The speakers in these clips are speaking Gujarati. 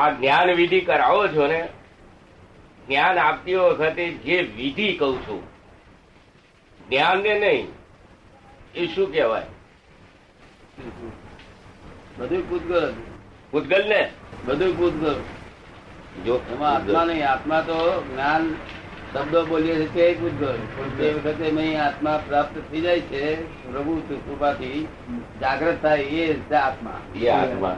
આ જ્ઞાન વિધિ કરાવો છો ને જ્ઞાન આપતી વખતે જે વિધિ કહું છું જ્ઞાનને નહીં એ શું કહેવાય બધું પૂતગલ જ. પૂતગલને બધું પૂતગલ જો એમાં આત્મા નહીં આત્મા તો જ્ઞાન શબ્દો બોલીએ છીએ તે પૂતગલ પણ તે વખતે મેં આત્મા પ્રાપ્ત થઈ જાય છે પ્રભુ કૃપાથી જાગ્રત થાય એ જ આત્મા એ આત્મા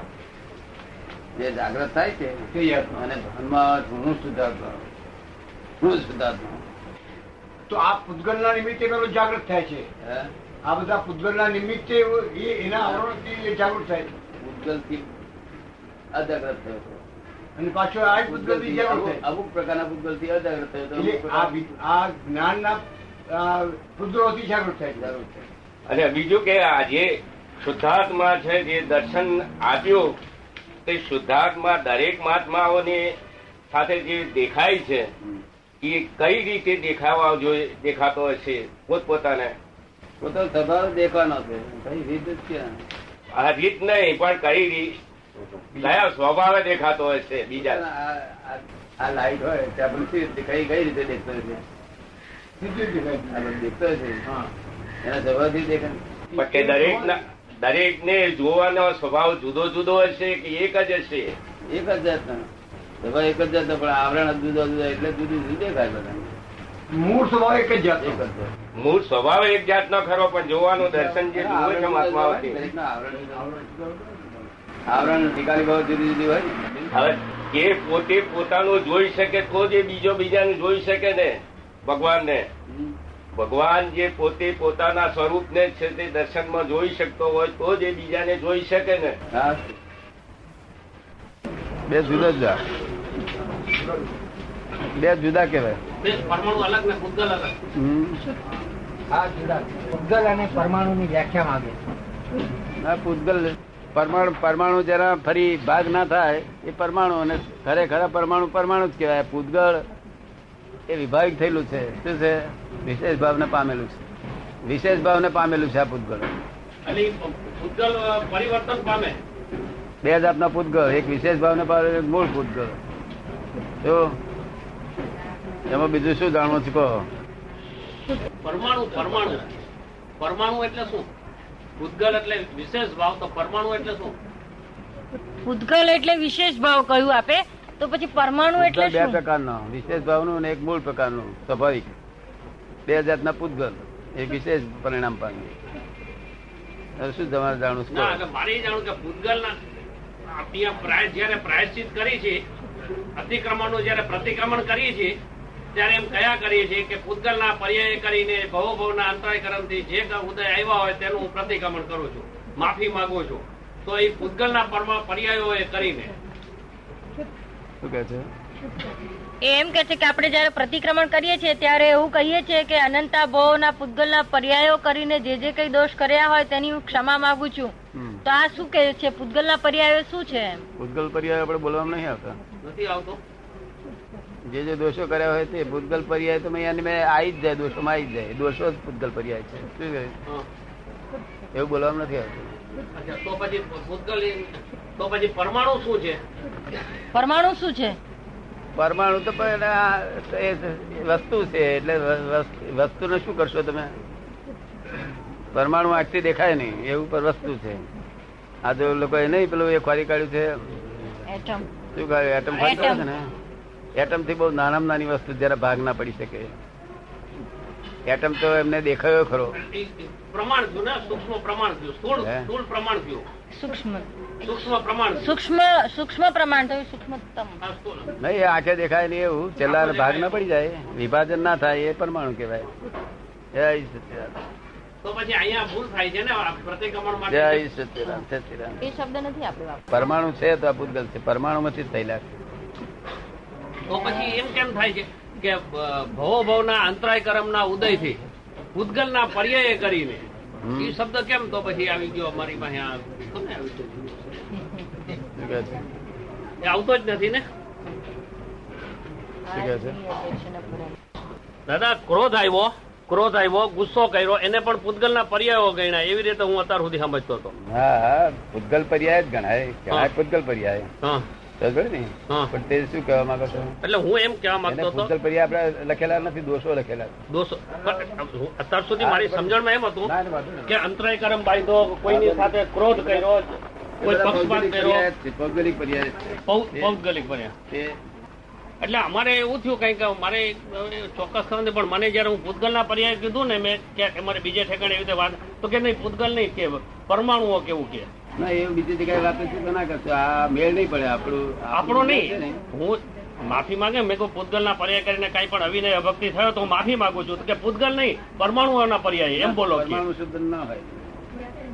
જે જાગ્રત થાય છે તે યાદમાં. અને ધનમાં હું શુદ્ધાત્મા હું શુદ્ધાત્મા તો આ પૂતગલના નિમિત્તે પેલો જાગૃત થાય છે હે? આ બધા પૂતગલના નિમિત્તે એ એના આવરણથી એ જાગૃત થાય છે ભૂતગલથી અજાગ્રત થયો હતો. અને પાછો આ જ પૂતગલથી જાગૃત થાય અમુક- અમુક પ્રકારના ભૂતગલથી અજાગ્રત થયો હતો. છે. અમુક પ્રકારના એટલે આ વિ- આ જ્ઞાનના આ, પૂતગલોથી જાગૃત થાય છે જાગૃત થયો. અને બીજું કે આ જે શુદ્ધાત્મા છે જે દર્શન આપ્યું તે શુદ્ધાત્મા દરેક મહાત્માઓની સાથે જે દેખાય છે હમ. એ કઈ રીતે દેખાવા જોઈએ દેખાતો હશે પોતપોતાને પોતાનો સ્વભાવ દેખવાનો છે ભાઈ રીત જ ક્યાં? આ રીત નહીં પણ કઈ રીત કયા સ્વભાવે દેખાતો હશે બીજા આ- આ- આ લાઈટ હોય ત્યાં પણ કઈ રીતે- કઈ કઈ રીતે દેખતો હશે? સીધી જ દેખાય આ છે. બધું દેખતો હશે. હા. એના સ્વભાવથી દેખાય પણ કે દરેકના દરેકને જોવાનો સ્વભાવ જુદો જુદો હશે કે એક જ હશે એક જ જાતનો સ્વભાવ એક જ જાતનો પણ આવરણ જુદા જુદા એટલે જુદી જુદી દેખાય બધાને. મૂળ સ્વભાવ એક જ એક જ જાતનો જાતનો. મૂળ સ્વભાવ એક જાતનો ખરો પણ જોવાનું દર્શન જે જુએ છે મહાત્માઓથી દરેકના આવરણ આવરણ નિકાલી ભાવ જુદી જુદી હોય ને. હવે જે પોતે પોતાનું જોઈ શકે તો જે બીજો બીજાનું જોઈ શકે ને ભગવાનને હમ. ભગવાન જે પોતે પોતાના સ્વરૂપને છે તે દર્શનમાં જોઈ શકતો હોય તો જે બીજાને જોઈ શકે ને હા. બે જુદા જુદા બે જુદા કેવાય આ જુદા ભૂતગલ અને પરમાણુની વ્યાખ્યા માંગે છે. ના પૂતગલ પરમાણુ પરમાણુ જરા ફરી ભાગ ના થાય એ પરમાણુ અને ખરેખર પરમાણુ પરમાણુ જ કહેવાય પૂતગળ એ વિભાવિક થયેલું છે શું છે વિશેષ ભાવને પામેલું છે વિશેષ ભાવને પામેલું છે આ પૂતગળ બે જાતના પૂતગળ એક વિશેષ ભાવને પામેલું એક મૂળ પૂતગળ જો એમાં બીજું શું જાણવું છે કહો પરમાણુ પરમાણુ પરમાણુ એટલે શું ભૂતગલ એટલે વિશેષ ભાવ તો પરમાણુ એટલે શું ભૂતગલ એટલે વિશેષ ભાવ કયું આપે તો પછી પરમાણુ એટલે પૂતગળ બે શું પ્રકારના વિશેષ ભાવનું અને એક મૂળ પ્રકારનું સ્વાભાવિક બે જાતના પૂતગલ એ વિશેષ પરિણામ પામે હવે શું તમારે જાણવું છે ના કહો. એટલે મારે એ જાણવું કે ભૂતગલના આપણી આ પ્રાય જ્યારે પ્રાયશ્ચિત કરી છે અતિક્રમણનું જ્યારે પ્રતિક્રમણ કરીએ છીએ ત્યારે એમ કયા કરીએ છીએ કે ભૂતગલના પર્યાય કરીને ભવો ભવના અંતરાયકરણથી જે કાંઈ ઉદય આવ્યા હોય તેનું હું પ્રતિક્રમણ કરું છું માફી માંગુ છું તો એ ભૂતગલના પરમા પર્યાયો એ કરીને શું કહે છે એ એમ કે છે કે આપણે જયારે પ્રતિક્રમણ કરીએ છીએ ત્યારે એવું કહીએ છીએ કે અનંતા ભવોના ભૂતગલના પર્યાયો કરીને જે જે કઈ દોષ કર્યા હોય તેની હું ક્ષમા માંગુ છું હમ. તો આ શું કહે છે ભૂતગલના પર્યાયો શું છે એમ? ભૂતગલ પર્યાય આપણે બોલવામાં નહીં આવતા નથી આવતો જે જે દોષો કર્યા હોય તે ભૂતગલ પર્યાય તો મેં એને મેં આવી જ જાય દોષોમાં આવી જ જાય દોષો જ ભૂતગલ પર્યાય છે શું કહે હં. એવું બોલવામાં નથી આવતું અચ્છા તો પછી ભૂતગલ એ- તો પછી પરમાણુ શું છે પરમાણુ શું છે પરમાણુ તો પણ આ એ વસ્તુ છે એટલે વસ્તુ- વસ્તુને શું કરશો તમે પરમાણુ આંખથી દેખાય નહીં એવું પર વસ્તુ છે આ જો લોકોએ નહીં પેલું એ ખોરી કાઢ્યું છે એટમ શું કાઢ્યું એટમ ખોરી કાઢ્યું છે ને એટમ થી બહુ નાનામાં નાની વસ્તુ જરા ભાગ ના પડી શકે એટમ તો એમને દેખાયો ખરો ઈ- ઈ પ્રમાણ થયું ને સૂક્ષ્મ પ્રમાણ થયું સ્થૂળ હે? સ્થૂળ પ્રમાણ થયું સૂક્ષ્મ સૂક્ષ્મ પ્રમાણ થયું. સૂક્ષ્મ સૂક્ષ્મ પ્રમાણ થયું સૂક્ષ્મતમ આ સ્થૂળ. નહીં એ આંખે દેખાય નહીં એવું છેલ્લા ભાગ ના પડી જાય વિભાજન ના થાય એ પરમાણુ કહેવાય જય સત્યનારાયણ તો પછી અહીંયા ભૂલ થાય છે ને આ પ્રતિક્રમણ જય માટે સત્યનારાયણ સત્યનારાયણ એ શબ્દ નથી આપણે વાપરતા. પરમાણુ છે તો આ ભૂતગલ છે પરમાણુમાંથી જ થયેલા છે. તો પછી એમ કેમ થાય છે કે ભ- ભવો ભવના અંતરાય કરમના ઉદયથી ભૂતગલના પર્યાય કરીને હમ. એ શબ્દ કેમ તો પછી આવી ગયો અમારી પાસે આ કોને આવી ગયો? શું કહે છે? એ આવતો જ નથી ને શું કહે છે? દાદા ક્રોધ આવ્યો ક્રોધ આવ્યો ગુસ્સો કર્યો એને પણ પૂતગલના પર્યાયો ગણ્યા એવી રીતે હું અત્યાર સુધી સમજતો હતો હા હા ભૂતગલ પર્યાય જ ગણાય કહેવાય ભૂતગલ પર્યાય હા સમજ્યો ને હા. પણ તે શું કહેવા માંગો છો એટલે હું એમ કહેવા માંગતો એને હતો ભૂતગલ પર્યાય આપણે લખેલા નથી દોષો લખેલા દોસ્તો પણ અત્યાર સુધી મારી સમજણમાં એમ હતું ના, ના, વાંધો નહીં. કે અંતરાય કરમ બાંધ્યો કોઈની સાથે ક્રોધ કર્યો કોઈ એ બધા પક્ષપાત ભૌગોલિક કર્યો પર્યાય જ છે, ભૌગોલિક પર્યાય જ છે. પૌ- પૌગોલિક બન્યા તે એટલે અમારે એવું થયું કંઈક કે મારે અ, ચોક્કસ થવાનું પણ મને જયારે હું ભૂતગલના પર્યાય કીધું ને મેં કે મારે બીજે ઠેકાણે એવી રીતે વાત તો કે નહીં ભૂતગલ નહીં કે પરમાણુઓ કેવું કે ના એવું બીજી જગ્યાએ વાત છે તો ના કરશો આ મેળ નહીં પડે આપણું આપણો આપણું છે ને, નહીં હું માફી માંગે મેં કોઈ ભૂતગલના પર્યાય કરીને કાંઈ પણ અવિનય અભક્તિ થયો તો હું માફી માંગુ છું તો કે ભૂતગલ નહીં પરમાણુઓના પર્યાય એમ બોલો કે પરમાણુ શબ્દ ન હોય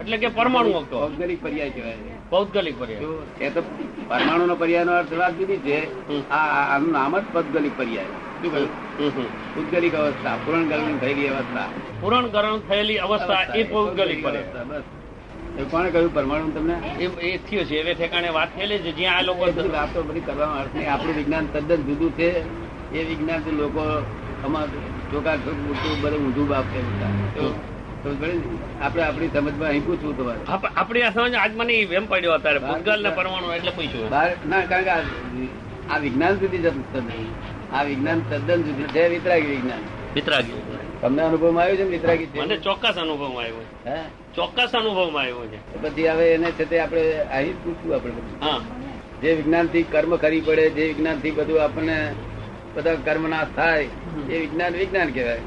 એટલે કે પરમાણુઓ કહો ભૌગોલિક પર્યાય કહેવાય ભૌગોલિક પર્યાય જો એ તો પરમાણુ નો પર્યાય નો અર્થ વાત જુદી છે હમ. આ આ- આનું નામ જ પદગલિક પર્યાય શું કહ્યું હમ હમ. ઉદ્ગલિક અવસ્થા પૂરણ ગલન થયેલી અવસ્થા પૂરણ ગરણ થયેલી અવસ્થા અવસ્થા, એ ભૌગોલિક પર્યાય અવસ્થા, બસ એ કોણે કહ્યું પરમાણુ તમને એ એ થયું છે એવે ઠેકાણે વાત થયેલી છે જ્યાં આ લોકો એ બધી વાતો બધી કરવામાં અર્થ નહીં આપણું વિજ્ઞાન તદ્દન જુદું છે એ વિજ્ઞાન થી લોકો આમાં ચોકાછોક મોટું બધું ઊંધું બાપ છે બધા. તો- તો ભલે ને, આપણે આપણી સમજમાં અહીં પૂછવું તમારે આપ- આપણી આ સમજ આજ મને ઈ વેમ પડ્યો અત્યારે ભૂતગલ ને પરમાણુ એટલે પૂછ્યું બહાર ના કારણ કે આ- આ વિજ્ઞાન જુદી જતું નથી આ વિજ્ઞાન તદ્દન જુદું છે વિતરાગી વિજ્ઞાન વિતરાગી તમને અનુભવમાં આવ્યું છે ને વિતરાગી છે મને ચોક્કસ અનુભવમાં આવ્યો છે હે? ચોક્કસ અનુભવમાં આવ્યો છે તો પછી હવે એને છે તે આપણે અહીં જ પૂછવું આપણે બધું. હા જે વિજ્ઞાનથી કર્મ કરી પડે જે વિજ્ઞાનથી બધું આપણને બધા કર્મ નાશ થાય એ વિજ્ઞાન વિજ્ઞાન કહેવાય